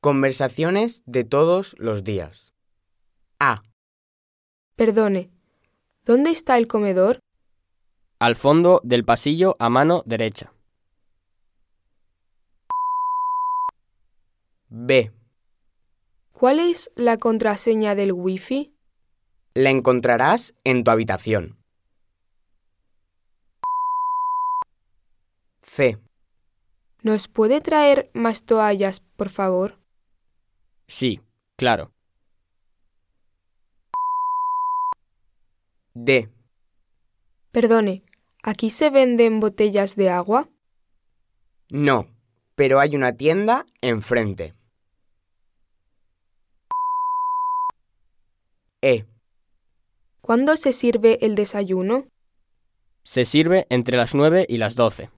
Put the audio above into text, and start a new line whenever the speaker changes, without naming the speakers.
Conversaciones de todos los días. A.
Perdone, ¿dónde está el comedor?
Al fondo del pasillo a mano derecha.
B.
¿Cuál es la contraseña del wifi?
La encontrarás en tu habitación. C.
¿Nos puede traer más toallas, por favor?
Sí, claro.
D.
Perdone, ¿aquí se venden botellas de agua?
No, pero hay una tienda enfrente.
Eh,
E.
¿Cuándo se sirve el desayuno?
Se sirve entre las 9 y las 12.